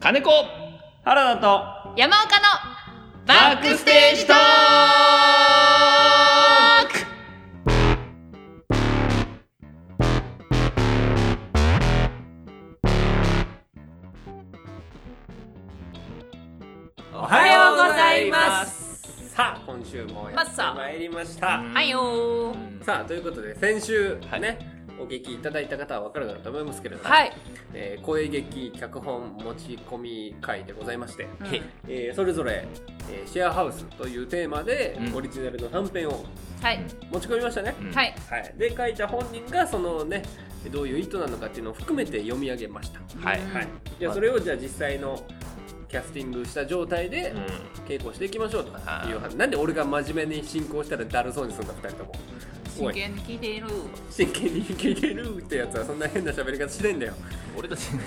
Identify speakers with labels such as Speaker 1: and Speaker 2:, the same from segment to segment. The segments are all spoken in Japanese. Speaker 1: 金子
Speaker 2: 原田と
Speaker 3: 山岡の
Speaker 1: バックステージトーク
Speaker 2: お
Speaker 3: はようございます
Speaker 2: さあ今週もやってまいりました
Speaker 3: はいよー
Speaker 2: さあということで先週ね、
Speaker 1: はい
Speaker 2: お聞きいただいた方は分かるかと思いますけれども、
Speaker 3: はい、
Speaker 2: えー声劇脚本持ち込み会でございまして、
Speaker 3: うん
Speaker 1: へ
Speaker 2: えーそれぞれ、えーシェアハウスというテーマで、
Speaker 1: うん
Speaker 2: オリジナルの短編を
Speaker 3: はい
Speaker 2: 持ち込みましたね、
Speaker 1: うん
Speaker 3: はい
Speaker 2: はい、で書いた本人がそのねどういう意図なのかっていうのを含めて読み上げました、
Speaker 1: はい
Speaker 3: うん
Speaker 2: はい、じゃあそれをじゃあ実際のキャスティングした状態で稽古していきましょうと
Speaker 1: あ
Speaker 2: いう話なんで俺が真面目に進行したらだるそうにするんだ2人ともお
Speaker 3: 真
Speaker 2: い
Speaker 3: 剣に聞いている
Speaker 2: 真剣に聞いてるってやつはそんな変な喋り方しない んだよ
Speaker 1: 俺たちの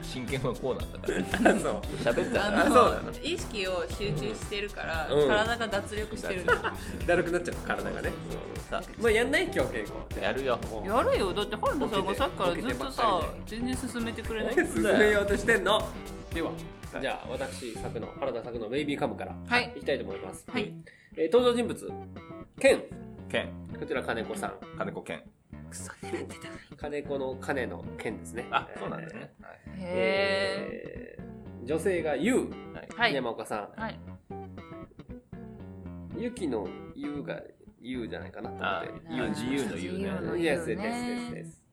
Speaker 1: 真剣はこうなんだから
Speaker 2: あそう
Speaker 1: 喋った
Speaker 3: あ
Speaker 1: ら
Speaker 2: あそうなの
Speaker 3: の意識を集中してるから、
Speaker 2: うん
Speaker 3: 体が脱力してる、
Speaker 2: だるくなっちゃう体がね
Speaker 1: さ
Speaker 2: まあやんない今日稽古
Speaker 1: やるよ
Speaker 2: も
Speaker 3: やるよだって原田さんがさっきからず
Speaker 2: ボケ
Speaker 3: っとさ
Speaker 2: てばっか
Speaker 3: 全然進めてくれないう
Speaker 2: 進めようとしてんのではじゃあ私作の原田作の「ベイビーカム」から
Speaker 3: はい
Speaker 2: いきたいと思います、
Speaker 3: はい
Speaker 2: えー登場人物ケン
Speaker 1: 健
Speaker 2: こちら金子さん
Speaker 1: 金子健
Speaker 3: クソ狙ってた
Speaker 2: 金子の金の剣ですね。
Speaker 1: あそうなんだね
Speaker 2: え
Speaker 3: へ
Speaker 2: ー女性がゆ
Speaker 1: はい、
Speaker 3: ー
Speaker 2: う、
Speaker 3: はい
Speaker 2: 山岡さん。
Speaker 3: はい
Speaker 2: ゆきのゆうがゆうじゃないかなと
Speaker 1: あ
Speaker 2: 思って。
Speaker 1: ゆ
Speaker 2: ゆ
Speaker 1: う
Speaker 2: う
Speaker 1: 自由の
Speaker 3: 自
Speaker 1: 言う
Speaker 3: 由の
Speaker 1: ね
Speaker 3: 由
Speaker 2: イエス
Speaker 3: ね
Speaker 2: ですですです。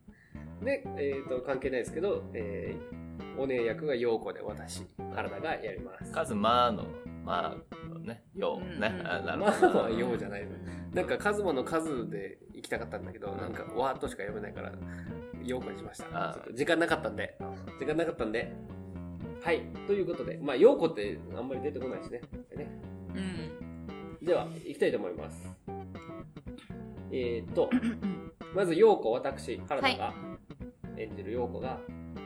Speaker 2: で、えっ、と、関係ないですけど、えーお姉役が陽子で私、体がやります。
Speaker 1: カズマのまあねようね、
Speaker 3: うん
Speaker 1: あなる
Speaker 2: ま
Speaker 1: ほ
Speaker 2: あ
Speaker 1: ど
Speaker 2: まあ、ようじゃない。なんか、カズマの数で行きたかったんだけど、なんか、わーっとしか読めないから、ようこにしました。
Speaker 1: あー
Speaker 2: ちょっと時間なかったんで、時間なかったんで、はい、ということで、まあ、ようこってあんまり出てこないしね。ね
Speaker 3: うん
Speaker 2: では、行きたいと思います。えー、っと、まず、ようこ、私、原田が演じるようこが、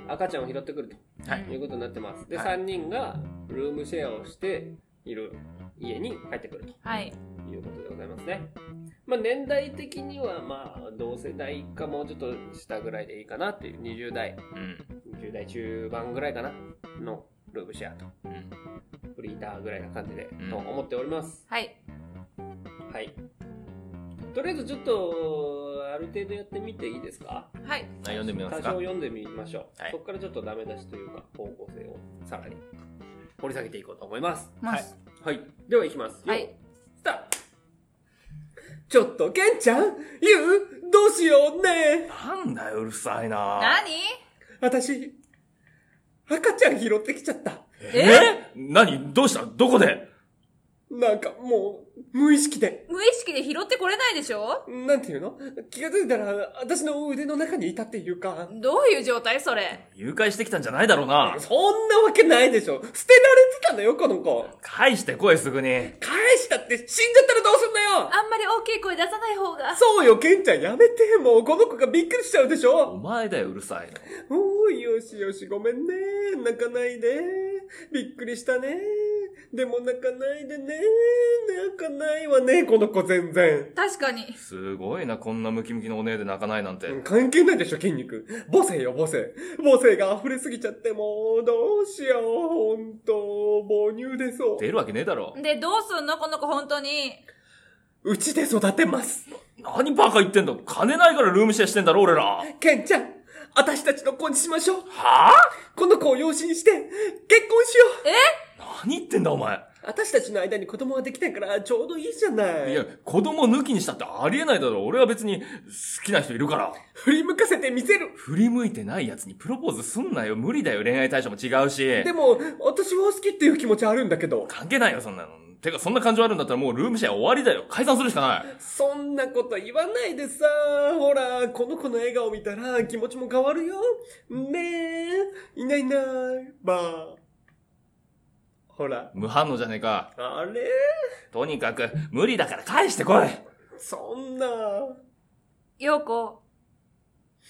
Speaker 2: 赤ちゃんを拾ってくる
Speaker 1: はい
Speaker 2: ということになってます。で、
Speaker 1: はい
Speaker 2: 3人がルームシェアをしている家に帰ってくると。
Speaker 3: はい
Speaker 2: ということでございますね。まあ、年代的にはまあ同世代かもうちょっと下ぐらいでいいかなっていう20代
Speaker 1: うん
Speaker 2: 20代中盤ぐらいかなのルームシェアと
Speaker 1: うん
Speaker 2: フリーターぐらいな感じで、
Speaker 1: ん
Speaker 2: と思っております。
Speaker 3: はい
Speaker 2: はい。とりあえずちょっとある程度やってみていいですか
Speaker 3: はい
Speaker 1: あ読んでみま
Speaker 2: 多
Speaker 1: す
Speaker 2: 少
Speaker 1: か
Speaker 2: 読んでみましょう、
Speaker 1: はい
Speaker 2: そこからちょっとダメ出しというか方向性をさらに掘り下げていこうと思います。
Speaker 3: ま
Speaker 1: はい
Speaker 3: す
Speaker 2: はい。ではいきます。
Speaker 3: はい
Speaker 2: よスタートちょっと、ケンちゃんゆうどうしようね
Speaker 1: なんだようるさいな
Speaker 3: 何
Speaker 2: 私、赤ちゃん拾ってきちゃった。
Speaker 1: え何どうしたどこで
Speaker 2: なんかもう、無意識で。
Speaker 3: 無意識で拾ってこれないでしょ
Speaker 2: なんていうの気がついたら、私の腕の中にいたっていうか。
Speaker 3: どういう状態それ
Speaker 1: 誘拐してきたんじゃないだろうな
Speaker 2: そんなわけないでしょ。捨てられてたんだよ、この子。
Speaker 1: 返してこいすぐに
Speaker 2: 返したって死んじゃったらどうすんだよ
Speaker 3: あんまり大きい声出さない方が
Speaker 2: そうよ、ケンちゃんやめて。もうこの子がびっくりしちゃうでしょ
Speaker 1: お前だようるさいの
Speaker 2: おーい、よしよし、ごめんね。泣かないで。びっくりしたね。でも泣かないでね。泣かないわね、この子全然。
Speaker 3: 確かに
Speaker 1: すごいなこんなムキムキのお姉で泣かないなんて、
Speaker 2: 関係ないでしょ、筋肉。母性よ、母性。母性が溢れすぎちゃって、もう、どうしよう、ほんと、母乳出そ
Speaker 1: 出るわけねえだろ
Speaker 3: でどうすんのこの子本当に
Speaker 2: う。うちで育てます。
Speaker 1: 何バカ言ってんだ金ないからルームシェアしてんだろ俺らは
Speaker 2: ケンちゃん、私たちの子にしましょう。
Speaker 1: あ
Speaker 2: この子を養子にして、結婚しよう。
Speaker 1: 何言ってんだお前
Speaker 2: 私たちの間に子供ができたから、ちょうどいいじゃない。
Speaker 1: いや、子供抜きにしたってありえないだろ。俺は別に好きな人いるから。
Speaker 2: 振り向かせてみせる。
Speaker 1: 振り向いてない奴にプロポーズすんなよ。無理だよ。恋愛対象も違うし。
Speaker 2: でも、私は好きっていう気持ちあるんだけど。
Speaker 1: 関係ないよ、そんなの。てか、そんな感情あるんだったらもうルームシェア終わりだよ。解散するしかない。
Speaker 2: そんなこと言わないでさ、ほら、この子の笑顔見たら気持ちも変わるよ。ねえ、いないいない、ばあ。ほら、
Speaker 1: 無反応じゃねえか。
Speaker 2: あれ
Speaker 1: とにかく、無理だから返してこい。
Speaker 2: そんな。
Speaker 3: 陽子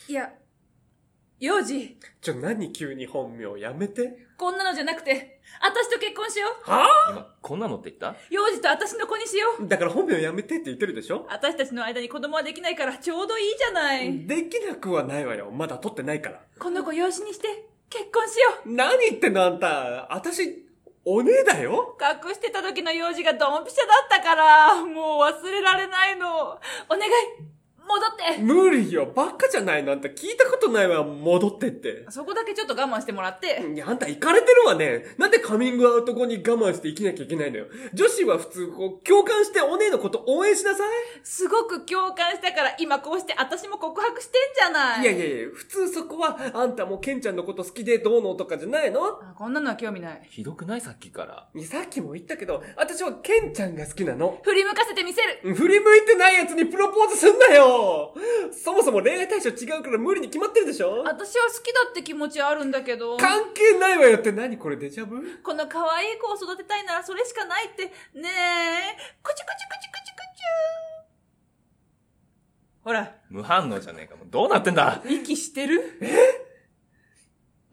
Speaker 3: いや幼児
Speaker 2: ちょ、何急に本名やめて。
Speaker 3: こんなのじゃなくて私と結婚しよ
Speaker 2: は
Speaker 1: 今、こんなのって言った
Speaker 3: う幼児と私の子にしよう
Speaker 2: だから本名やめてって言ってるでしょ
Speaker 3: 私たちの間に子供はできないからちょうどいいじゃない
Speaker 2: できなくはないわよ。まだ取ってないから。
Speaker 3: この子養子にして結婚しよ
Speaker 2: 何言ってんのあんた。私、お姉だよ
Speaker 3: う。隠してた時の用事がドンピシャだったから、もう忘れられないの。お願い、戻って。
Speaker 2: 無理よ。バカじゃないのあんた聞いたことないわ。戻ってって。
Speaker 3: そこだけちょっと我慢してもらって。
Speaker 2: いや、あんた行かれてるわね。なんでカミングアウト後に我慢して生きなきゃいけないのよ。女子は普通、こう、共感してお姉のこと応援しなさい。
Speaker 3: すごく共感したから、今こうして私も告白してんじゃない。
Speaker 2: いやいやいや、普通そこは、あんたもケンちゃんのこと好きでどうのとかじゃないの
Speaker 3: あこんなのは興味ない。
Speaker 1: ひどくないさっきから。
Speaker 2: いやさっきも言ったけど、私はケンちゃんが好きなの。
Speaker 3: 振り向かせてみせる。
Speaker 2: 振り向いてない奴にプロポーズすんなよそもそも恋愛対象違うから無理に決まってるでしょ
Speaker 3: 私は好きだって気持ちあるんだけど。
Speaker 2: 関係ないわよって何これデジャブ
Speaker 3: この可愛い子を育てたいならそれしかないって、ねえ、こちょこちょこちょこちょこちょほら、
Speaker 1: 無反応じゃねえか。もうどうなってんだ
Speaker 3: 息してる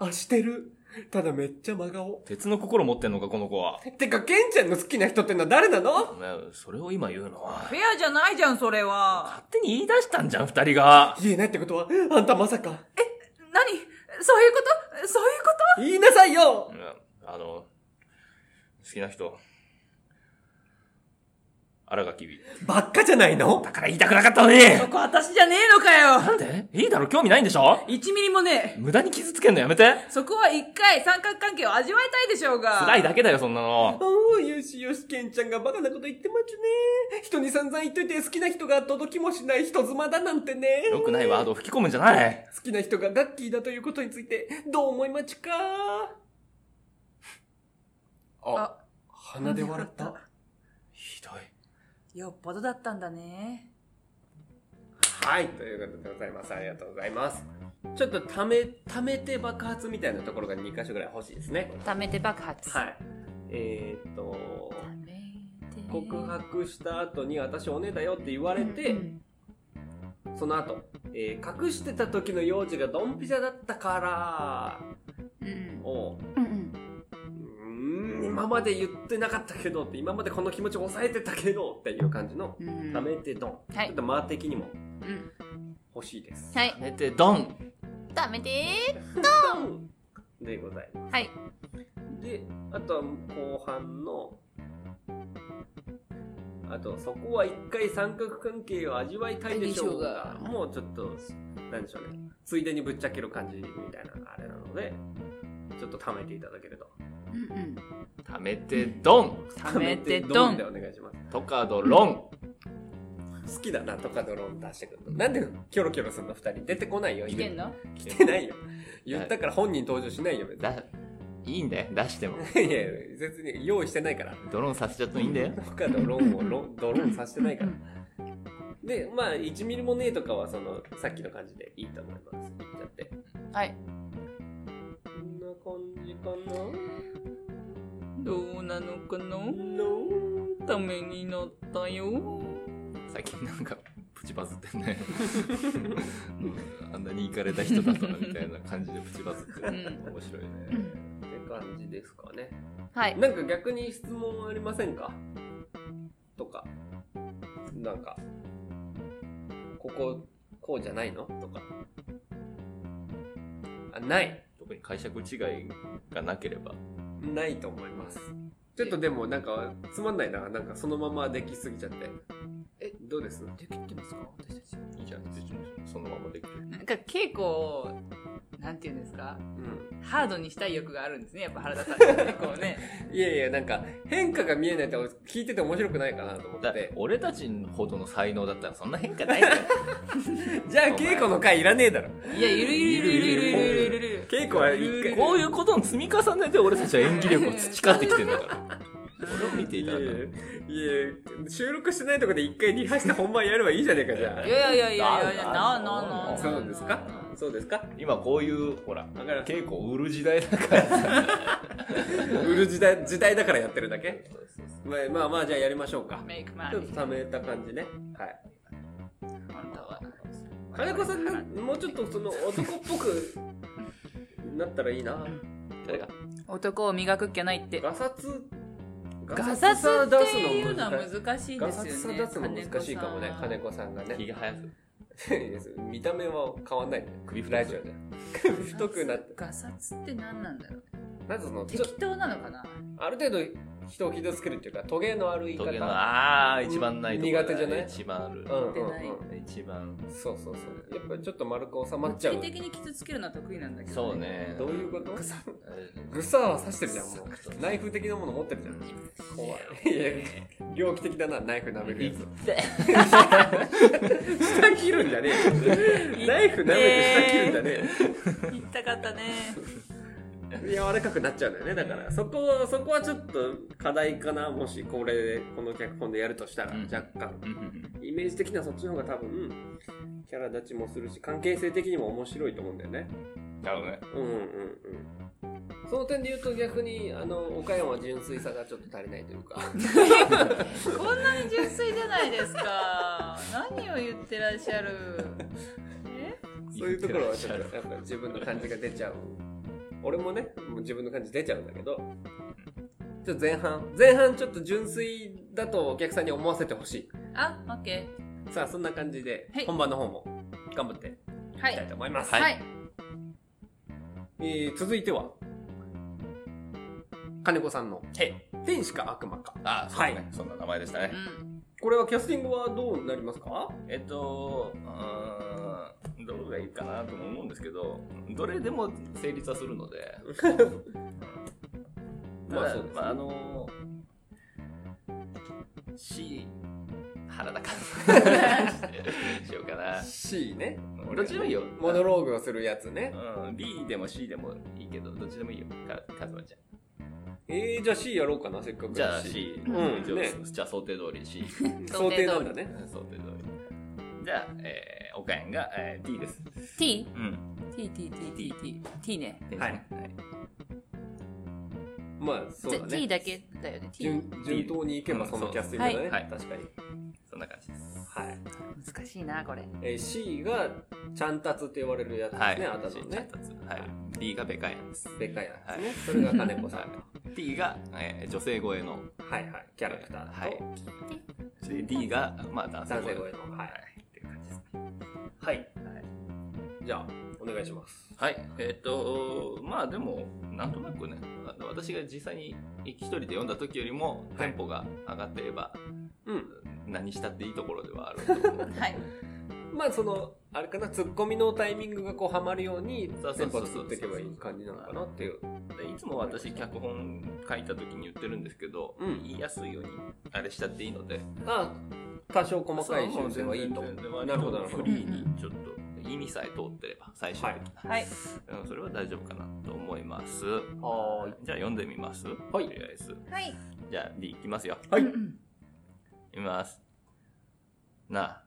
Speaker 2: あ、してる。ただめっちゃ真顔。
Speaker 1: 鉄の心持ってんのか、この子は。
Speaker 2: てか、ケンちゃんの好きな人ってのは誰なの
Speaker 1: お前それを今言うのは
Speaker 3: フ。ェアじゃないじゃん、それは。
Speaker 1: 勝手に言い出したんじゃん、二人が。
Speaker 2: 言えないってことは、あんたまさか。
Speaker 3: 何そういうことそうい
Speaker 2: 言
Speaker 3: うこ
Speaker 2: いなさいよ
Speaker 1: うんあの、好きな人。荒垣美。
Speaker 2: ばっかじゃないの
Speaker 1: だから言いたくなかったのに
Speaker 3: とそこ私じゃねえのかよ
Speaker 1: なんでいいだろ、興味ないんでしょ
Speaker 3: !1 ミリもね
Speaker 1: 無駄に傷つけんのやめて。
Speaker 3: え。そこは一回三角関係を味わいたいでしょうが。
Speaker 1: 辛いだけだよ、そんなの。
Speaker 2: おー、よしよし、ケンちゃんがバカなこと言ってますね。人に散々言っといて好きな人が届きもしない人妻だなんてね。
Speaker 1: 良くないワードを吹き込むんじゃない。
Speaker 2: 好きな人がガッキーだということについて、どう思いまちかあ、
Speaker 3: あ
Speaker 2: 鼻で笑った。
Speaker 1: ひどい。
Speaker 3: よっぽどだったんだね。
Speaker 2: はい、ということでございます。ありがとうございます。ちょっとため、ためて爆発みたいなところが2箇所ぐらい欲しいですね。
Speaker 3: 溜めて爆発。
Speaker 2: はい。えーっと、
Speaker 3: 溜めて。
Speaker 2: 告白した後に私おねだよって言われて、その後、えー隠してた時の幼児がドンピシャだったから、
Speaker 3: うん。
Speaker 2: を
Speaker 3: うん。
Speaker 2: うーん今まで言ってなかったけどって今までこの気持ち抑えてたけどっていう感じの
Speaker 3: うん。
Speaker 2: ためてドン、
Speaker 3: は
Speaker 2: ちょ
Speaker 3: い
Speaker 2: っ。と間的にも
Speaker 3: うん。
Speaker 2: 欲しいです
Speaker 3: はい。
Speaker 1: 寝て、ドン。
Speaker 3: 溜めて
Speaker 2: ドンでございま
Speaker 3: はい。
Speaker 2: すであとは後半のあとそこは一回三角関係を味わいたいでしょうが
Speaker 3: でしょうが
Speaker 2: もうちょっとなんでしょうねついでにぶっちゃける感じみたいなあれなのでちょっと貯めていただけると
Speaker 3: うんうん。
Speaker 1: ためて、ドン。
Speaker 3: 貯めてドン
Speaker 2: でお願いします
Speaker 1: とかどロン。
Speaker 2: 好きだなとかドローン出してくるのなんでキョロキョロするの2人出てこないよ
Speaker 3: 来てんの
Speaker 2: 今来てないよ言ったから本人登場しないよ別に
Speaker 1: だ、いいんだよ、出しても。
Speaker 2: いやいや別に用意してないから
Speaker 1: ドロンさせちゃってもいいんだよ。
Speaker 2: 他ドローンをロンドローンさせてないか
Speaker 3: う
Speaker 2: ら
Speaker 3: ん
Speaker 2: でまあ1ミリもねえとかはそのさっきの感じでいいと思います言っちゃって
Speaker 3: うんはい。
Speaker 2: こんな感じかな
Speaker 3: どうなのかな
Speaker 2: の
Speaker 3: ためになったよ。
Speaker 1: 最近なんか、プチバズってんね。 うんあんなに行かれた人だったらみたいな感じでプチバズってる。
Speaker 3: う
Speaker 1: 面白いね。
Speaker 2: って感じですかね
Speaker 3: はい。
Speaker 2: なんか逆に質問ありませんかとかなんかこここうじゃないのとかあない
Speaker 1: 特に解釈違いがなければ。
Speaker 2: ないと思いますちょっとでもなんかつまんないななんかそのままできすぎちゃってえどうです
Speaker 3: できてますか私たち。
Speaker 1: いいじゃん、別にそのままできる。
Speaker 3: なんか稽古を、なんていうんですか
Speaker 2: うん
Speaker 3: ハードにしたい欲があるんですね。やっぱ原田さんってね、こうね。
Speaker 2: いやいやなんか変化が見えないと聞いてて面白くないかなと思
Speaker 1: だ
Speaker 2: っ
Speaker 1: って
Speaker 2: て
Speaker 1: 俺たちほどの才能だったらそんな変化ないよ。
Speaker 2: じゃあ稽古の回いらねえだろ
Speaker 3: いや、いるいるいるいるいるいるいるいる。
Speaker 2: 稽古は一 回
Speaker 1: こういうことの積み重ねで俺たちは演技力を培ってきてんだ から。俺を見てい
Speaker 2: い
Speaker 1: た
Speaker 2: や
Speaker 1: だ
Speaker 2: い
Speaker 1: く
Speaker 2: や収録してないとこで一回リハして本番やればいいじゃねえかじゃ
Speaker 3: いやいやいやいやいや、なあなあな
Speaker 2: あ
Speaker 3: あ。
Speaker 2: そうですかそうですか
Speaker 1: 今こういう、ほら、
Speaker 2: だから
Speaker 1: 稽古を売る時代だからさ。
Speaker 2: 売る時代時代だからやってるだけまあまあまあじゃあやりましょうか
Speaker 3: メイクマ
Speaker 2: ち
Speaker 3: ネ
Speaker 2: ょっと
Speaker 3: ー。
Speaker 2: ためた感じねはい
Speaker 3: 本当は。
Speaker 2: 金子さんなもうちょっとその男っぽくなったらいいな
Speaker 1: 誰が
Speaker 3: 男を磨くっきゃないって。
Speaker 2: ガサツ
Speaker 3: ガサツっていうのは
Speaker 2: 難しい
Speaker 3: 難しい
Speaker 2: ガ
Speaker 3: です
Speaker 2: サ
Speaker 3: よ
Speaker 2: ツさ
Speaker 3: ね。
Speaker 2: 出すの難しいかもね
Speaker 3: 金
Speaker 2: 金
Speaker 3: 子
Speaker 2: 子さんがね
Speaker 1: ひげ生やす。
Speaker 2: いやそう 見た目は変わんないね。
Speaker 1: 首太く
Speaker 2: ラジオで。首太くなって。
Speaker 3: ガサツって何なんだろう
Speaker 2: なんかその、ちょ
Speaker 3: 適当なのかな
Speaker 2: ある程度人を傷つけるっていうか、トゲのある言い
Speaker 1: トゲの
Speaker 2: 方。
Speaker 1: ああ一番ないとこだ
Speaker 2: 苦手じゃない
Speaker 1: 一番ある、
Speaker 2: うんうん
Speaker 3: 出ない
Speaker 2: うん。
Speaker 1: 一番
Speaker 2: そうそうそう。やっぱりちょっと丸く収まっちゃ
Speaker 3: 物理
Speaker 2: う。
Speaker 3: 的に傷つけるのは得意なんだけど、
Speaker 1: そうね
Speaker 2: どういうこと
Speaker 1: ぐさ
Speaker 2: グサは刺してるじゃん、も
Speaker 1: サクと
Speaker 2: う。ナイフ的なもの持ってるじゃん。怖い。いや、猟奇的だな、ナイフ舐めるやつ。下切るんじゃねえよ。ナイフ舐めて下切るんじゃね
Speaker 3: 言ったかったね
Speaker 2: えよ。柔らかくなっちゃうんだよね。だから、そこ、そこはちょっと課題かな。もし、これで、この脚本でやるとしたら、
Speaker 1: うん
Speaker 2: 若干。
Speaker 1: うんうん
Speaker 2: イメージ的にはそっちの方が多分、キャラ立ちもするし、関係性的にも面白いと思うんだよね。
Speaker 1: うん 多分ね
Speaker 2: うんうんうん。その点で言うと逆に、あの、岡山純粋さがちょっと足りないというか。
Speaker 3: こんなに純粋じゃないですか何を言ってらっしゃるえ
Speaker 2: そういうところはちょっとやっぱり自分の感じが出ちゃう。俺もね、もう自分の感じ出ちゃうんだけど、ちょっと前半、前半ちょっと純粋だとお客さんに思わせてほしい。
Speaker 3: あオッケ
Speaker 2: さあ、そんな感じで
Speaker 3: はい、
Speaker 2: 本番の方も頑張ってい
Speaker 3: ーは
Speaker 2: きたい
Speaker 3: い
Speaker 2: と思います。
Speaker 3: はい、
Speaker 2: えー続いては、金子さんの
Speaker 1: へい
Speaker 2: 天使か悪魔か。
Speaker 1: あそうね、
Speaker 2: はい
Speaker 1: そんな名前でしたね、
Speaker 3: うん
Speaker 2: これはキャスティングはどうなりますか
Speaker 1: えっと、うーん、どれがいいかなとも思うんですけど、どれでも成立はするので、ただ
Speaker 2: まあそうですね
Speaker 1: まあ、あのー、C、原田か しようかな。
Speaker 2: ?C ね。
Speaker 1: どっちでもいいよ。
Speaker 2: モノローグをするやつね。
Speaker 1: うん、B でも C でもいいけど、どっちでもいいよ、かかずまちゃん。
Speaker 2: えー、じゃあ C やろうかな、せっかくだし
Speaker 1: じゃあ C、
Speaker 2: うん
Speaker 1: 一応
Speaker 2: ね
Speaker 1: じゃあ想定通り C。
Speaker 2: 想定なんだね。
Speaker 1: 想定通り。じゃあ、えー、岡山が、えー、D です。
Speaker 3: TTTTTT
Speaker 1: うん。
Speaker 3: T ね
Speaker 2: はい
Speaker 1: はい
Speaker 2: まあ、そうだ
Speaker 3: じゃ
Speaker 2: ね
Speaker 3: T。だけだよね T
Speaker 2: 順順当にいけばそのキャスティングだね、
Speaker 1: うんはい
Speaker 2: 確かに、
Speaker 1: そんな感じです。
Speaker 2: はい
Speaker 3: 難しいなこれ
Speaker 2: えー、C がちゃんたつって言われるやつですね、あなたのね
Speaker 1: はい。B がベカヤンです。
Speaker 2: でっかいやつね、それが金子さん
Speaker 1: はい T が、えー女性声の
Speaker 2: はいはいキャラクターと、
Speaker 1: はい。で D がまあ男性
Speaker 2: 男性
Speaker 1: 声の。
Speaker 2: 声のはい、
Speaker 1: っていう感じですね。
Speaker 2: はい、じゃあお願いします
Speaker 1: はい。えっ、とまあでもなんとなくね、あの私が実際に一人で読んだ時よりも
Speaker 2: は
Speaker 1: テ
Speaker 2: い
Speaker 1: ンポが上がってれば、
Speaker 2: うん
Speaker 1: 何したっていいところではあると思う。
Speaker 3: はい
Speaker 2: まあそのあれかなツッコミのタイミングがこうはまるように
Speaker 1: そうそ
Speaker 2: テ
Speaker 1: う
Speaker 2: ン
Speaker 1: そ
Speaker 2: ポ
Speaker 1: うそう
Speaker 2: 作っていけばいい感じなのかなっていう
Speaker 1: でいつも私脚本書いた時に言ってるんですけど、
Speaker 2: うん
Speaker 1: 言いやすいようにあれしたっていいので
Speaker 2: あ多少細かい修正はいいと
Speaker 1: そうもう全然全然
Speaker 2: なるほどなる
Speaker 1: フ
Speaker 2: ほど
Speaker 1: リーにちょっと意味さえ通ってれば最終的な、
Speaker 3: はい
Speaker 1: うんそれは大丈夫かなと思います
Speaker 2: はーい
Speaker 1: じゃあ読んでみます
Speaker 2: はい
Speaker 1: とりあえず
Speaker 3: はい
Speaker 1: じゃあ D いきますよ
Speaker 2: はい
Speaker 3: うんうん
Speaker 1: いきますなあ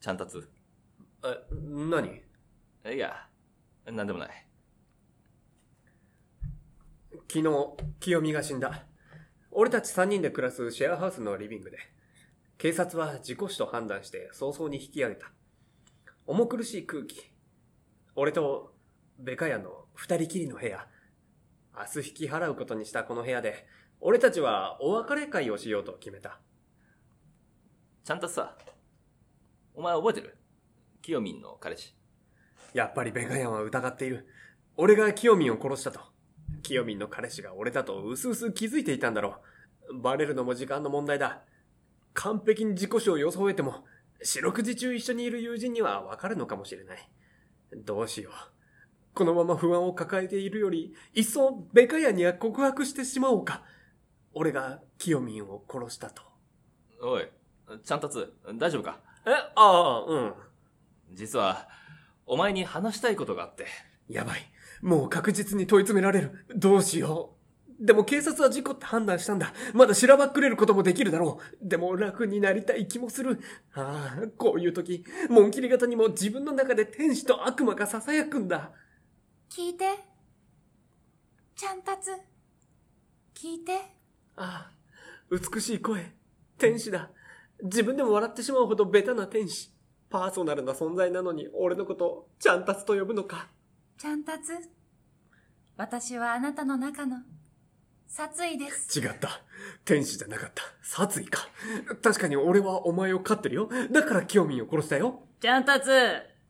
Speaker 1: ちゃんたつ
Speaker 2: え何
Speaker 1: いやなんでもない
Speaker 2: 昨日、清美が死んだ。俺たち3人で暮らすシェアハウスのリビングで、警察は事故死と判断して早々に引き上げた。重苦しい空気。俺と、ベカヤの二人きりの部屋。明日引き払うことにしたこの部屋で、俺たちはお別れ会をしようと決めた。
Speaker 1: ちゃんたつさお前覚えてるきよみんの彼氏
Speaker 2: やっぱりベガヤンは疑っている。俺がキヨミンを殺したと。キヨミンの彼氏が俺だと薄々気づいていたんだろう。バレるのも時間の問題だ。完璧に自己死を装えても、四六時中一緒にいる友人にはわかるのかもしれない。どうしよう。このまま不安を抱えているより、いっそベガヤンには告白してしまおうか。俺がキヨミンを殺したと。
Speaker 1: おいちゃんたつ大丈夫か
Speaker 2: え、ああ、うん。
Speaker 1: 実はお前に話したいことが あって
Speaker 2: やばい。もう確実に問い詰められる。どうしよう。でも警察は事故って判断したんだ。まだしらばっくれることもできるだろう。でも楽になりたい気もする。ああ、こういう時、モンキリ型にも自分の中で天使と悪魔が囁くんだ。
Speaker 3: 聞いてちゃんたつ聞いて
Speaker 2: ああ、美しい声。天使だ。自分でも笑ってしまうほどベタな天使。パーソナルな存在なのに俺のこと、ちゃんたつと呼ぶのか。
Speaker 3: ちゃんたつ私はあなたの中の殺意です
Speaker 2: 違った。天使じゃなかった。殺意か。確かに俺はお前を飼ってるよ。だからキヨミンを殺したよ。
Speaker 3: ちゃんたつ、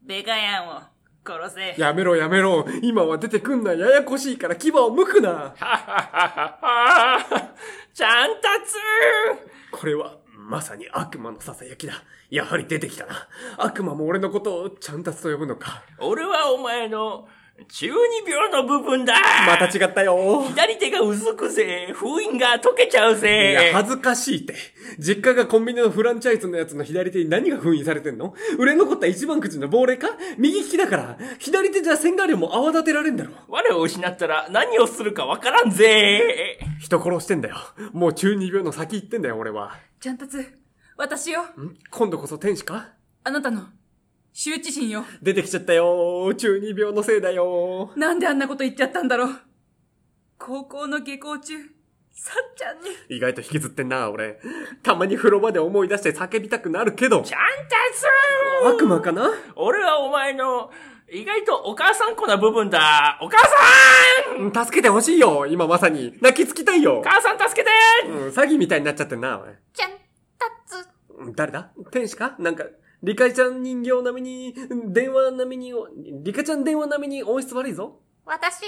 Speaker 3: ベガヤンを殺せ。
Speaker 2: やめろやめろ。今は出てくんな。ややこしいから牙を剥くな。
Speaker 4: はははははちゃんたつ
Speaker 2: これは、まさに悪魔のささやきだ。やはり出てきたな。悪魔も俺のことをちゃんたつと呼ぶのか。
Speaker 4: 俺はお前の中二病の部 分だ
Speaker 2: また違ったよ。
Speaker 4: 左手が薄くぜ、封印が溶けちゃう
Speaker 2: いや、
Speaker 4: ぜ
Speaker 2: 恥ずかしいって。実家がコンビニのフランチャイズのやつの左手に何が封印されてんの売れ残った一番くじの亡霊か右利きだから、左手じゃ線画量も泡立てられんだろ。
Speaker 4: 我を失ったら何をするかわからんぜ
Speaker 2: 人殺してんだよ。もう中二病の先行ってんだよ、俺は。
Speaker 3: ちゃんたつ、私よ。
Speaker 2: ん今度こそ天使か
Speaker 3: あなたの、羞恥心よ。
Speaker 2: 出てきちゃったよ。中二病のせいだよ。
Speaker 3: なんであんなこと言っちゃったんだろう。高校の下校中、さっちゃんに。
Speaker 2: 意外と引きずってんな、俺。たまに風呂場で思い出して叫びたくなるけど。
Speaker 4: ちゃんたつ
Speaker 2: 悪魔かな
Speaker 4: 俺はお前の意外とお母さん子な部分だお母さん
Speaker 2: うん助けてほしいよ、今まさに。泣きつきたいよ
Speaker 4: お。母さん助けて
Speaker 2: うん、詐欺みたいになっちゃってんな、俺。
Speaker 3: ちゃん、たつ。
Speaker 2: 誰だ天使かなんか、リカちゃん人形並みに、電話並みに、リカちゃん電話並みに音質悪いぞ。
Speaker 3: 私、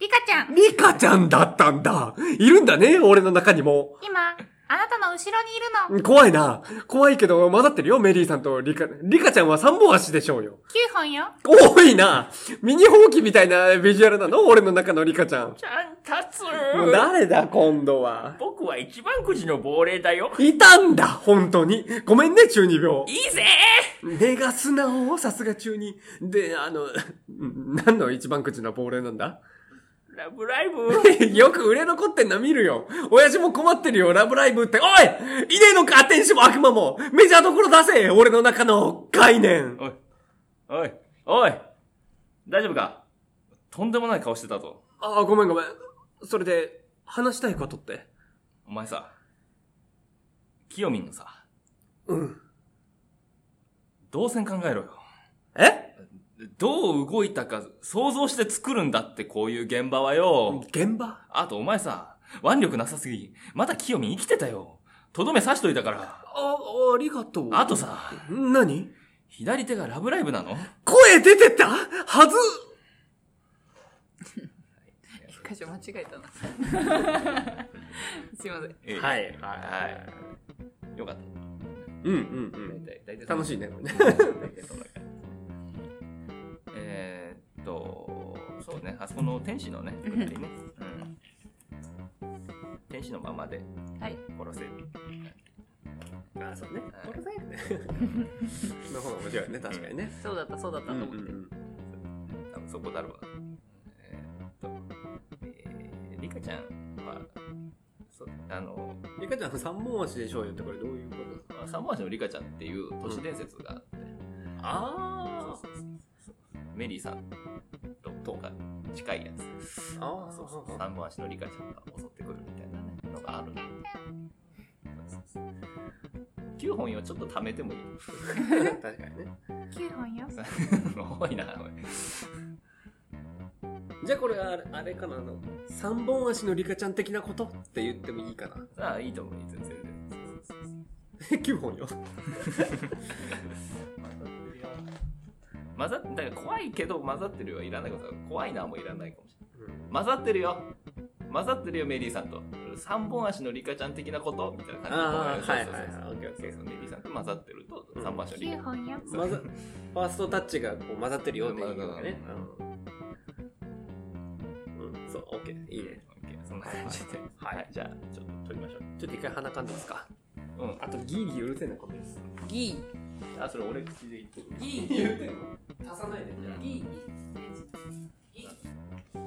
Speaker 3: リカちゃん、
Speaker 2: リカちゃんだったんだいるんだね俺の中にも。
Speaker 3: 今、あなたの後ろにいるの。
Speaker 2: 怖いな。怖いけど混ざってるよ、メリーさんとリカ。リカちゃんは三本足でしょうよ。
Speaker 3: 9本よ。
Speaker 2: 多いなミニホーキみたいなビジュアルなの俺の中のリカちゃん。
Speaker 4: ちゃんたつ
Speaker 2: もう誰だ、今度は。
Speaker 4: 僕は一番くじの亡霊だよ
Speaker 2: いたんだ本当にごめんね、中二病
Speaker 4: い。いぜ
Speaker 2: 根が素直さすが中に。で、あの、何の一番口の亡霊なんだ
Speaker 4: ラブライブ
Speaker 2: よく売れ残ってんの見るよ。親父も困ってるよ、ラブライブって。おいいねえのか天使も悪魔もメジャーどころ出せ俺の中の概念
Speaker 1: おい、おい、おい、大丈夫かとんでもない顔してたぞ。
Speaker 2: ああ、ごめんごめん。それで、話したいことって。
Speaker 1: お前さ、きよみんのさ、
Speaker 2: うん。
Speaker 1: 動線考えろよ。
Speaker 2: え
Speaker 1: どう動いたか想像して作るんだってこういう現場はよ。
Speaker 2: 現場
Speaker 1: あとお前さ、腕力なさすぎ。まだきよみん生きてたよ。とどめ刺しといたから。
Speaker 2: あ、ありがとう
Speaker 1: あとさ、
Speaker 2: 何
Speaker 1: 左手がラブライブなの
Speaker 2: 声出てたはず
Speaker 3: 箇所間違えたな。 すいません。
Speaker 1: ええ
Speaker 2: はい
Speaker 1: はい。よかった。
Speaker 2: うんうん
Speaker 1: 大体大
Speaker 2: う
Speaker 1: 体
Speaker 2: ん。楽しいね、これね。
Speaker 1: えーっと、そうね、あそこの天使のね、こうやってね、うん、天使のままで
Speaker 3: はい。
Speaker 1: 殺せる。
Speaker 2: あ、そうね。
Speaker 1: これ
Speaker 2: の方が面白いね、確かにね。
Speaker 3: そうだった、そうだったと
Speaker 2: うん
Speaker 3: 思っ
Speaker 2: う
Speaker 3: て。
Speaker 2: ん
Speaker 1: 多分そこだろうな。えーっと、えー、リカちゃんは、そうあの、
Speaker 2: うん。ゆかちゃん、三本足でしょうよってこれどういうこと
Speaker 1: 三本足のリカちゃんっていう都市伝説があって、
Speaker 2: あ
Speaker 1: そうそうそうそうメリーさんととか近いやつ。
Speaker 2: ーあー、
Speaker 1: そ
Speaker 2: そうう
Speaker 1: そ
Speaker 2: そ
Speaker 1: そう
Speaker 2: ううそう。
Speaker 1: 三本足のリカちゃんが襲ってくるみたいな、ね、のがあるのそうそうそう9本よちょっと貯めてもいい
Speaker 2: 確かにね。
Speaker 3: 9本 よ。
Speaker 1: 多いなおい
Speaker 2: じゃあこれあれ、あれかな、あの、三本足のリカちゃん的なことって言ってもいいかな。
Speaker 1: ああいいと思う全然全然そうそうそう
Speaker 2: 9本よ。
Speaker 1: 混ざってだから怖いけど混ざってるよはいらないことだ怖いなもいらないかもしれない混ざってるよ混ざってるよメリーさんと三本足のリカちゃん的なことみたいな感じ
Speaker 2: あ
Speaker 1: そ
Speaker 2: ー
Speaker 1: うそうそう
Speaker 2: はいはいはいオッケーオッケー
Speaker 1: そうそうメリーさんと混ざってると三本足のリカ
Speaker 3: 9本よ。
Speaker 2: 混ざ、ファーストタッチがこう混ざってるよっていうのがね。うん。うん、そう、オッケー。いいね。
Speaker 1: オッケーそんな感じで
Speaker 2: はい
Speaker 1: はいじゃあちょっと撮りましょ
Speaker 2: ちょっと一回鼻かんでますか。
Speaker 1: ううん
Speaker 2: あとギーギーうるせえな、これ。
Speaker 3: ギ
Speaker 1: あ、それ俺口で言ってる。
Speaker 3: ー。ギー。ギー。
Speaker 2: 足さないで。
Speaker 3: ギ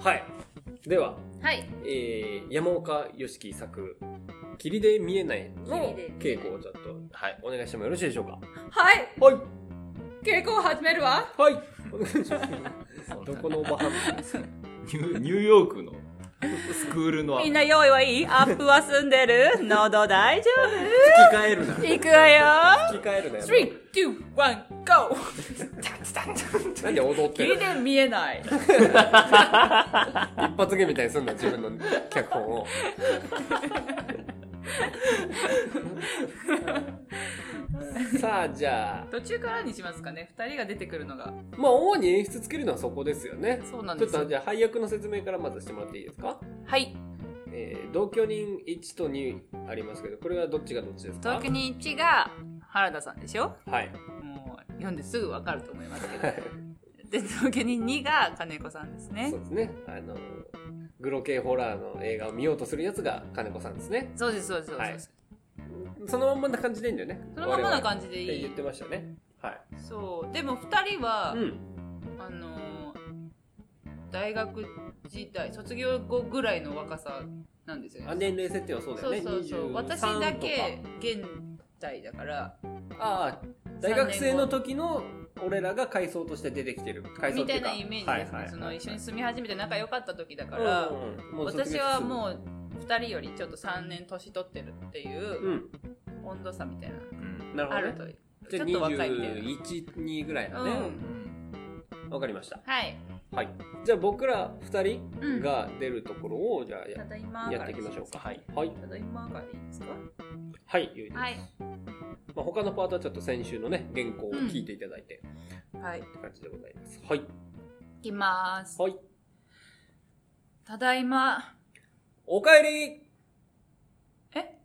Speaker 2: はい。では、
Speaker 3: ー。はい。
Speaker 2: えー、山岡良樹作、霧で見えないの
Speaker 3: 霧で見え
Speaker 2: 稽
Speaker 3: ない
Speaker 2: 古をちょっと、はい、お願いしてもよろしいでしょうか。
Speaker 3: はい。
Speaker 2: はい。
Speaker 3: 稽古を始めるわ。
Speaker 2: はい。お願いします。 どこのおばはん
Speaker 1: ニューニューヨークのスクールの
Speaker 3: みんな用意はいいアップは済んで る喉大丈
Speaker 2: 吹き替えるな。
Speaker 3: 夫いくわよ
Speaker 2: 吹き替えるな。山岡
Speaker 3: !3、2、1、GO!
Speaker 2: なんで踊って
Speaker 3: ギリ
Speaker 2: る
Speaker 3: で見えない。
Speaker 2: 一発芸みたいにすんな、自分の脚本を。 さあ、じゃあ、
Speaker 3: 途中からにしますかね二人が出てくるのが
Speaker 2: まあ、主に演出つけるのはそこですよね。
Speaker 3: そうなん
Speaker 2: ちょ
Speaker 3: で
Speaker 2: っ
Speaker 3: すよ
Speaker 2: とじゃあ配役の説明からまずしてもらっていいですか、
Speaker 3: はい
Speaker 2: えー、同居人1と2ありますけどこれはどっちがどっちですか
Speaker 3: 東京に1が原田さんでしょ
Speaker 2: はい
Speaker 3: もう読んですぐわかると思いますけど で東京に2が金子さんですね
Speaker 2: そうですねあのグロ系ホラーの映画を見ようとするやつが金子さんですね
Speaker 3: そうですそうですそうです、
Speaker 2: そのまんまな感じでいいんだよね
Speaker 3: そのままな
Speaker 2: じ
Speaker 3: 感じでい
Speaker 2: 言っ
Speaker 3: い
Speaker 2: てましたねはい
Speaker 3: そうでも2人は、
Speaker 2: うん
Speaker 3: あのー大学時代卒業後ぐらいの若さなんですよ
Speaker 2: あ
Speaker 3: ね
Speaker 2: 年齢設定はそうだよ
Speaker 3: そう
Speaker 2: ね
Speaker 3: そうそう
Speaker 2: 23
Speaker 3: 私だけ現代だから
Speaker 2: とかああ大学生の時の俺らが階層として出てきてる階層っ
Speaker 3: み
Speaker 2: て
Speaker 3: た
Speaker 2: いう
Speaker 3: い
Speaker 2: か
Speaker 3: なイメージですね、
Speaker 2: はいはいはいはい
Speaker 3: その一緒に住み始めて仲良かった時だから、
Speaker 2: うんもう卒業
Speaker 3: 私はも
Speaker 2: す
Speaker 3: う2人よりちょっと3年年取ってるっていう
Speaker 2: ぐ
Speaker 3: う
Speaker 2: うん
Speaker 3: 温度差みたいな、
Speaker 1: うん
Speaker 2: なるほ
Speaker 3: あ
Speaker 2: ど、ね
Speaker 3: る、という
Speaker 2: じ
Speaker 3: ち
Speaker 2: ゃ
Speaker 3: ょ
Speaker 2: あ
Speaker 3: っと若いみたいな
Speaker 2: 21、2ぐらいだね。
Speaker 1: う
Speaker 3: うん
Speaker 1: ん
Speaker 2: わかりました。
Speaker 3: はい
Speaker 2: はい。じゃあ僕ら2
Speaker 3: う
Speaker 2: 人
Speaker 3: ん
Speaker 2: が出るところを、じゃあ
Speaker 3: た
Speaker 2: や
Speaker 3: だいま
Speaker 2: やっていきましょうか。
Speaker 1: はい
Speaker 2: はい。
Speaker 3: ただいまからでいいですか
Speaker 2: はい。ゆいです
Speaker 3: はい
Speaker 2: まあ、他のパートはちょっと先週のね、原稿を聞いていただいて、
Speaker 3: はいい
Speaker 2: って感じでございます。はい。
Speaker 3: きます
Speaker 2: はい。
Speaker 3: ただいま
Speaker 2: おかえり
Speaker 3: え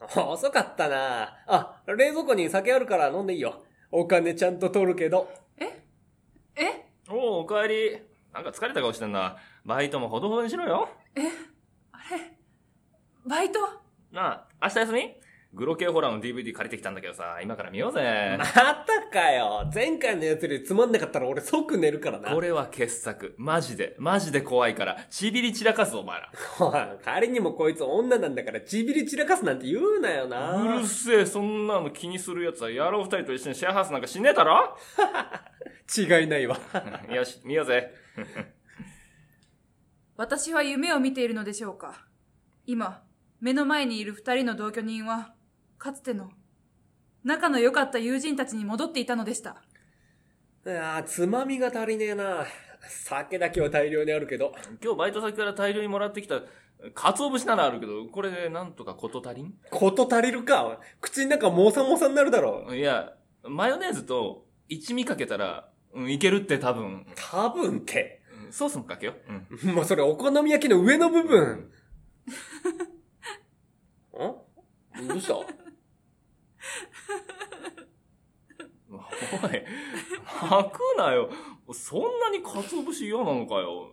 Speaker 2: あ 遅かったなあ、冷蔵庫に酒あるから飲んでいいよ。お金ちゃんと取るけど。
Speaker 3: え
Speaker 1: おうおかえりなんか疲れた顔してんなバイトもほどほどにしろよ
Speaker 3: あれバイト
Speaker 1: なあ明日休みグロ系ホラーの DVD 借りてきたんだけどさ今から見ようぜ
Speaker 2: またかよ前回のやつよりつまんなかったら俺即寝るからな。
Speaker 1: これは傑作マジでマジで怖いからちびり散らかすお前ら
Speaker 2: ほら 仮にもこいつ女なんだからちびり散らかすなんて言うなよ
Speaker 1: う
Speaker 2: な
Speaker 1: る。せえそんなの気にするやつは野郎二人と一緒にシェアハウスなんかしねえだろ
Speaker 2: 違いない わ。
Speaker 1: よし見ようぜ
Speaker 3: 私は夢を見ているのでしょうか今目の前にいる二人の同居人はかつての仲の良かった友人たちに戻っていたのでした
Speaker 2: ああ、つまみが足りねえな。酒だけは大量にあるけど。
Speaker 1: 今日バイト先から大量にもらってきた鰹節ならあるけどこれでなんとかこと足りん
Speaker 2: こと足りるか口の中もさもさになるだろう。
Speaker 1: いやマヨネーズと一味かけたら、うん、いけるって多分
Speaker 2: 多分って。
Speaker 1: うんソースもかけよう、うん、
Speaker 2: もうそれお好み焼きの上の部分。 んどうした
Speaker 1: おい、泣くなよ。そんなに鰹節嫌なのかよ。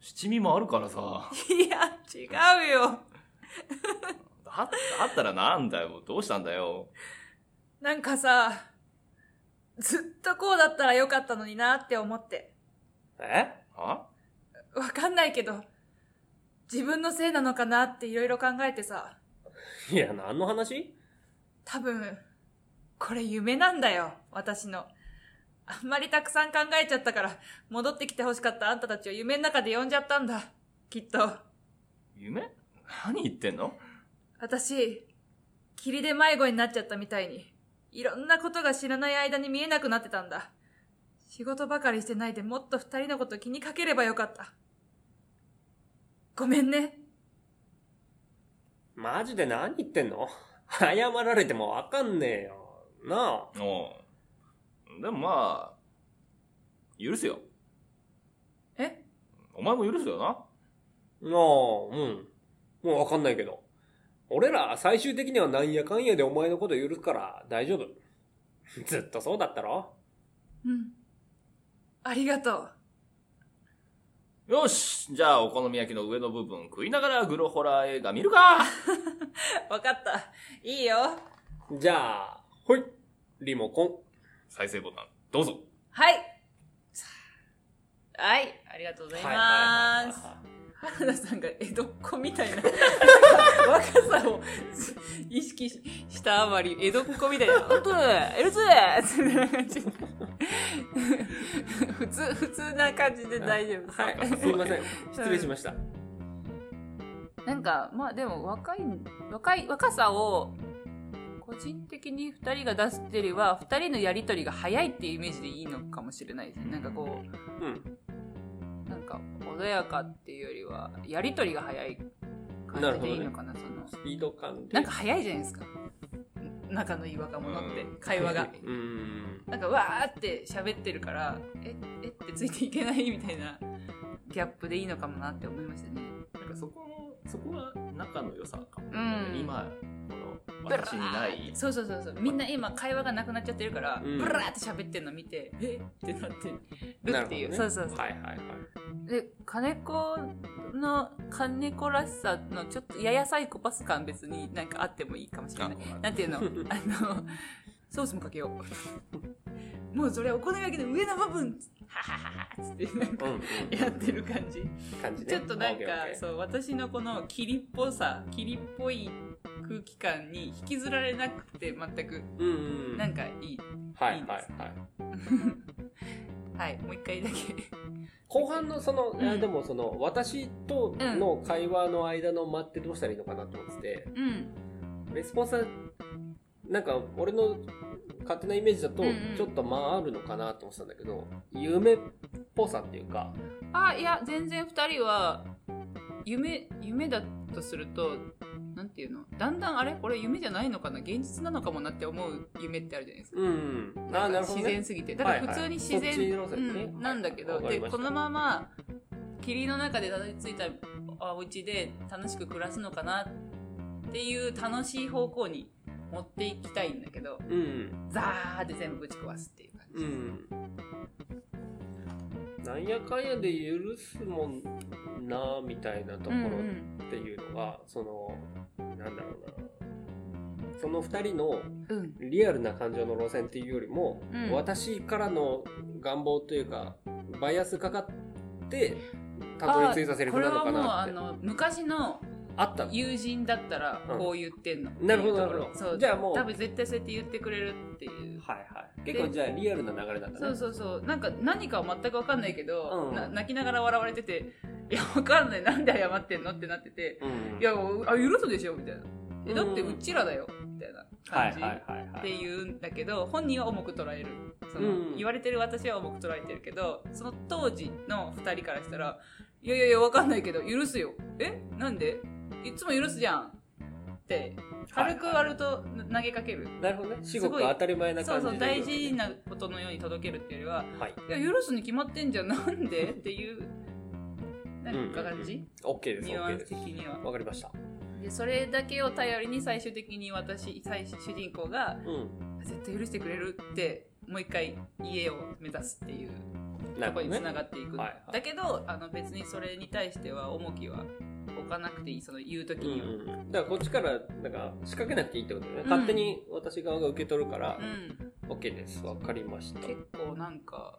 Speaker 1: 七味もあるからさ。
Speaker 3: いや違うよ
Speaker 1: だだったらなんだよ。どうしたんだよ。
Speaker 3: なんかさずっとこうだったら良かったのになって思って
Speaker 2: え
Speaker 1: あ
Speaker 3: わかんないけど自分のせいなのかなっていろいろ考えてさ
Speaker 2: いや、何の話
Speaker 3: 多分これ夢なんだよ私のあんまりたくさん考えちゃったから戻ってきてほしかったあんたたちを夢の中で呼んじゃったんだきっと
Speaker 1: 夢何言ってんの
Speaker 3: 私霧で迷子になっちゃったみたいにいろんなことが知らない間に見えなくなってたんだ仕事ばかりしてないでもっと二人のこと気にかければよかったごめんね
Speaker 2: マジで何言ってんの謝られてもわかんねえよ。な
Speaker 1: おうでもまあ、許すよ。
Speaker 3: え
Speaker 1: お前も許すよな。
Speaker 2: あ。なあ、うん。もうわかんないけど。俺ら最終的にはなんやかんやでお前のこと許すから大丈夫。 ずっとそうだったろ
Speaker 3: うんありがとう
Speaker 1: よしじゃあ、お好み焼きの上の部分食いながらグロホラー映画見るか
Speaker 3: わかったいいよ
Speaker 2: じゃあ、ほい。リモコン。
Speaker 1: 再生ボタン、どうぞ。
Speaker 3: はい。はい、ありがとうございます。原田さんが江戸っ子み たいな若さを意識ししたあまり、江戸っ子みたいな、本当だ、エルツーみたいな感じ。普通、普通な感じで大丈夫です。
Speaker 2: はい。すいません。失礼しました。
Speaker 3: なんか、まあでも若い、若い、若さを、個人的に2人が出すっていうよりは、2人のやりとりが早いっていうイメージでいいのかもしれないですね。なんかこう、
Speaker 2: うん。
Speaker 3: なんか穏やかっていうよりはやりとりが早い感じでいいのかなその
Speaker 2: スピード感で。
Speaker 3: なんか早いじゃないですか仲のいい若者って、
Speaker 1: うん
Speaker 3: 会話 が。
Speaker 2: うーん。
Speaker 3: なんかわーって喋ってるから、え、えってついていけないみたいなギャップでいいのかもなって思いましたね。
Speaker 1: なんかそこの、そこは仲の良さかも。
Speaker 3: うん
Speaker 1: 今、この、私にない。
Speaker 3: そうそうそうそう。みんな今会話がなくなっちゃってるから、
Speaker 2: うん
Speaker 3: ブラーって喋ってるの見て、えってなってるっていう。
Speaker 2: なるほどね
Speaker 3: そうそうそう。
Speaker 2: はいはいはい。
Speaker 3: で金子の金子らしさのちょっとややサイコパス感別になんかあってもいいかもしれない
Speaker 1: あ
Speaker 3: なんてい うのあのソースもかけようも うそれはお好み焼きの上の部分ははははっつってなんか
Speaker 2: うん、うん。
Speaker 3: やってる感じ
Speaker 2: 感じね。
Speaker 3: ちょっとな
Speaker 2: オ
Speaker 3: んか
Speaker 2: ッケーオッケー
Speaker 3: そう私のこの霧っぽさ霧っぽい空気感に引きずられなくて全く
Speaker 2: うんうん。
Speaker 3: なんかい い
Speaker 2: はい
Speaker 3: いい
Speaker 2: はいは
Speaker 3: で
Speaker 2: い
Speaker 3: す。はいもう一回だけ
Speaker 2: 後半のその、
Speaker 3: ん
Speaker 2: いやでもその、私との会話の間の間ってどうしたらいいのかなと思ってて、
Speaker 3: うん
Speaker 2: レスポンサー、なんか俺の勝手なイメージだと
Speaker 3: うんうん、
Speaker 2: ちょっと間あるのかなと思ってたんだけど、夢っぽさっていうか、
Speaker 3: あいや全然2人は夢夢だとするとなんていうのだんだんあれこれ夢じゃないのかな現実なのかもなって思う夢ってあるじゃないですか。
Speaker 2: うん。あーなるほど、ね。
Speaker 3: 自然すぎてだから
Speaker 2: はいは
Speaker 3: 普
Speaker 2: い
Speaker 3: 通に自
Speaker 2: そっち
Speaker 3: 然、
Speaker 2: の線ね
Speaker 3: うんなんだけど、
Speaker 2: はいわかりま
Speaker 3: で
Speaker 2: した
Speaker 3: このまま霧の中でたどり着いたあお家で楽しく暮らすのかなっていう楽しい方向に持っていきたいんだけど
Speaker 2: うん。
Speaker 3: ザーって全部ぶち壊すっていう感じ、
Speaker 2: うん。なんやかんやで許すもんな、みたいなところ
Speaker 3: うんうん
Speaker 2: っていうのが、その、なんだろうな。その二人の
Speaker 3: うん
Speaker 2: リアルな感情の路線っていうよりも、
Speaker 3: うん
Speaker 2: 私からの願望というか、バイアスかかって、たどり着いたセリフなのかな
Speaker 3: あ
Speaker 2: っ
Speaker 3: これ
Speaker 2: て。あ
Speaker 3: はもうあの昔の
Speaker 2: ったの
Speaker 3: 友人だったら
Speaker 2: うん
Speaker 3: こう言ってんの、
Speaker 2: なるほど
Speaker 3: っていうところ
Speaker 2: なるほど
Speaker 3: そう
Speaker 2: じゃあもう
Speaker 3: 多分絶対そうやって言ってくれるっていう
Speaker 2: はいはい。結構じゃあリアルな流れなんだ
Speaker 3: そう
Speaker 2: ね。
Speaker 3: そうそうなんか何かは全く分かんないけど、
Speaker 2: うん
Speaker 3: な泣きながら笑われてて「いや分かんないなんで謝ってんの?」ってなってて
Speaker 2: うん
Speaker 3: 「いやあ許すでしょ」みたいな「えだって
Speaker 2: うん
Speaker 3: うちらだよ」みたいな
Speaker 2: はいは
Speaker 3: 感じ、
Speaker 2: いはいは
Speaker 3: っ
Speaker 2: い。
Speaker 3: ていうんだけど本人は重く捉えるその、
Speaker 2: うん
Speaker 3: 言われてる私は重く捉えてるけどその当時の2人からしたら「いやいやいやわかんないけど許すよえなんでいつも許すじゃん」って軽く割ると投げかける、
Speaker 2: なるほどね。至
Speaker 3: す
Speaker 2: 極
Speaker 3: ごい
Speaker 2: 当たり前な
Speaker 3: そ
Speaker 2: 感
Speaker 3: う
Speaker 2: じで
Speaker 3: そう大事なことのように届けるっていうよりは
Speaker 2: はい。
Speaker 3: 「いや許すに決まってんじゃんな んで?」っていうなんか感じ、
Speaker 2: OK です。
Speaker 3: ニュア
Speaker 2: OK
Speaker 3: ン
Speaker 2: で
Speaker 3: ス
Speaker 2: す
Speaker 3: 的。には。
Speaker 2: わかりました。
Speaker 3: でそれだけを頼りに最終的に私最主人公が
Speaker 2: う。
Speaker 3: 絶対許してくれるってもう一回家を目指すっていうん
Speaker 2: な
Speaker 3: と
Speaker 2: るほ
Speaker 3: こに
Speaker 2: ど
Speaker 3: つ
Speaker 2: ね。
Speaker 3: ながっていく、
Speaker 2: はいはい
Speaker 3: だけどあの別にそれに対しては重きは置かなくていいその言う時
Speaker 2: うん
Speaker 3: には、うん
Speaker 2: うん。だからこっちから、なんか仕掛けなくていいってことだよね。
Speaker 3: うん
Speaker 2: 勝手に私側が受け取るから、OK です。わかりました。
Speaker 3: 結構なんか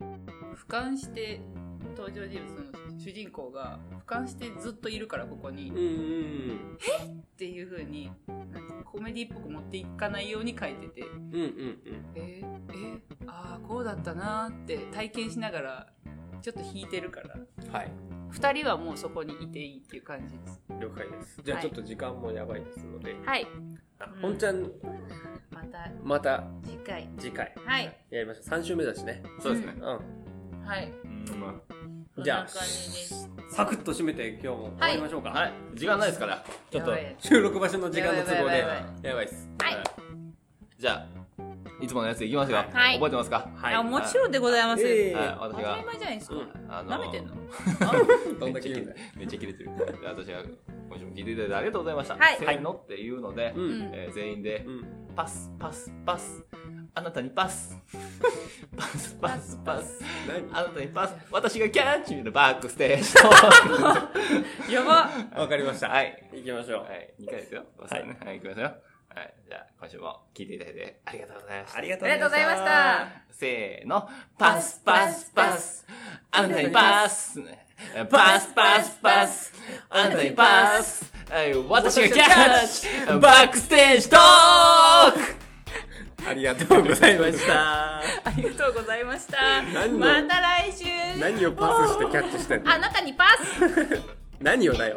Speaker 3: 俯瞰して登場人物の主人公が俯瞰してずっといるからここに、
Speaker 2: うんうんうん。
Speaker 3: っていう風になんかコメディっぽく持っていかないように書いてて
Speaker 2: うんうん
Speaker 3: えーえーああこうだったなーって体験しながらちょっと引いてるから
Speaker 2: うん。はい。
Speaker 3: 2人はもうそこにいていいっていう感じです
Speaker 2: 了解です。じゃあ
Speaker 3: は
Speaker 2: ち
Speaker 3: い
Speaker 2: ょっと時間もやばいですので、
Speaker 3: はい
Speaker 2: ほんちゃん、
Speaker 3: また
Speaker 2: また
Speaker 3: 次回
Speaker 2: 次回。
Speaker 3: はい。
Speaker 2: やりましょう。3週目だしね。
Speaker 1: そうですね。
Speaker 2: う
Speaker 3: はい
Speaker 1: うんま
Speaker 2: ん。じゃ
Speaker 3: こんな感じです
Speaker 2: あ、サクッと締めて今日も終わりましょうか。
Speaker 1: あはい。時間ないですから。
Speaker 2: ちょっと
Speaker 3: やばい
Speaker 2: 収録場所の時間の都合で。
Speaker 3: やばいやばいやばい
Speaker 2: やばいっす。
Speaker 3: はい
Speaker 1: じゃあ、いつものやついきますよ。
Speaker 3: はい
Speaker 1: 覚えてますか
Speaker 2: はい。
Speaker 3: あもちろんでございます、
Speaker 2: ええ
Speaker 1: はい、
Speaker 3: 当
Speaker 1: 私
Speaker 3: たり
Speaker 1: が。
Speaker 3: 前じゃないですか、
Speaker 2: うん
Speaker 1: あ
Speaker 3: 舐めてんの
Speaker 2: どんだけ言うんだよ
Speaker 1: めっちゃ切れてる。で私が今週も聞いていただいてありがとうございました。
Speaker 3: はい
Speaker 1: せーのっていうので、
Speaker 2: うん
Speaker 3: うん
Speaker 1: えー全員で
Speaker 2: う、ん。
Speaker 1: パス、パス、パス。あなたにパス。 パス、パス、パス。
Speaker 2: 何
Speaker 1: あなたにパス。私がキャッチのバックステージと。
Speaker 3: やば
Speaker 2: わかりました。
Speaker 1: はい。
Speaker 2: 行きましょう。
Speaker 1: はい、2回ですよ。パスねはい、行きますよ。はい、じゃあ今週も聞いていただいてありがとうございました。
Speaker 2: ありが
Speaker 3: ありがとうございました
Speaker 1: せーの、パスパスパス、あなたにパス、パスパスパス、あなたにパス、はい私がキャッチ、バックステージトーク
Speaker 2: ありがとうございました。
Speaker 3: ありがとうございました
Speaker 2: 何の
Speaker 3: また来週
Speaker 2: 何をパスしてキャッチしてんの
Speaker 3: あなたにパス
Speaker 2: 何をだよ。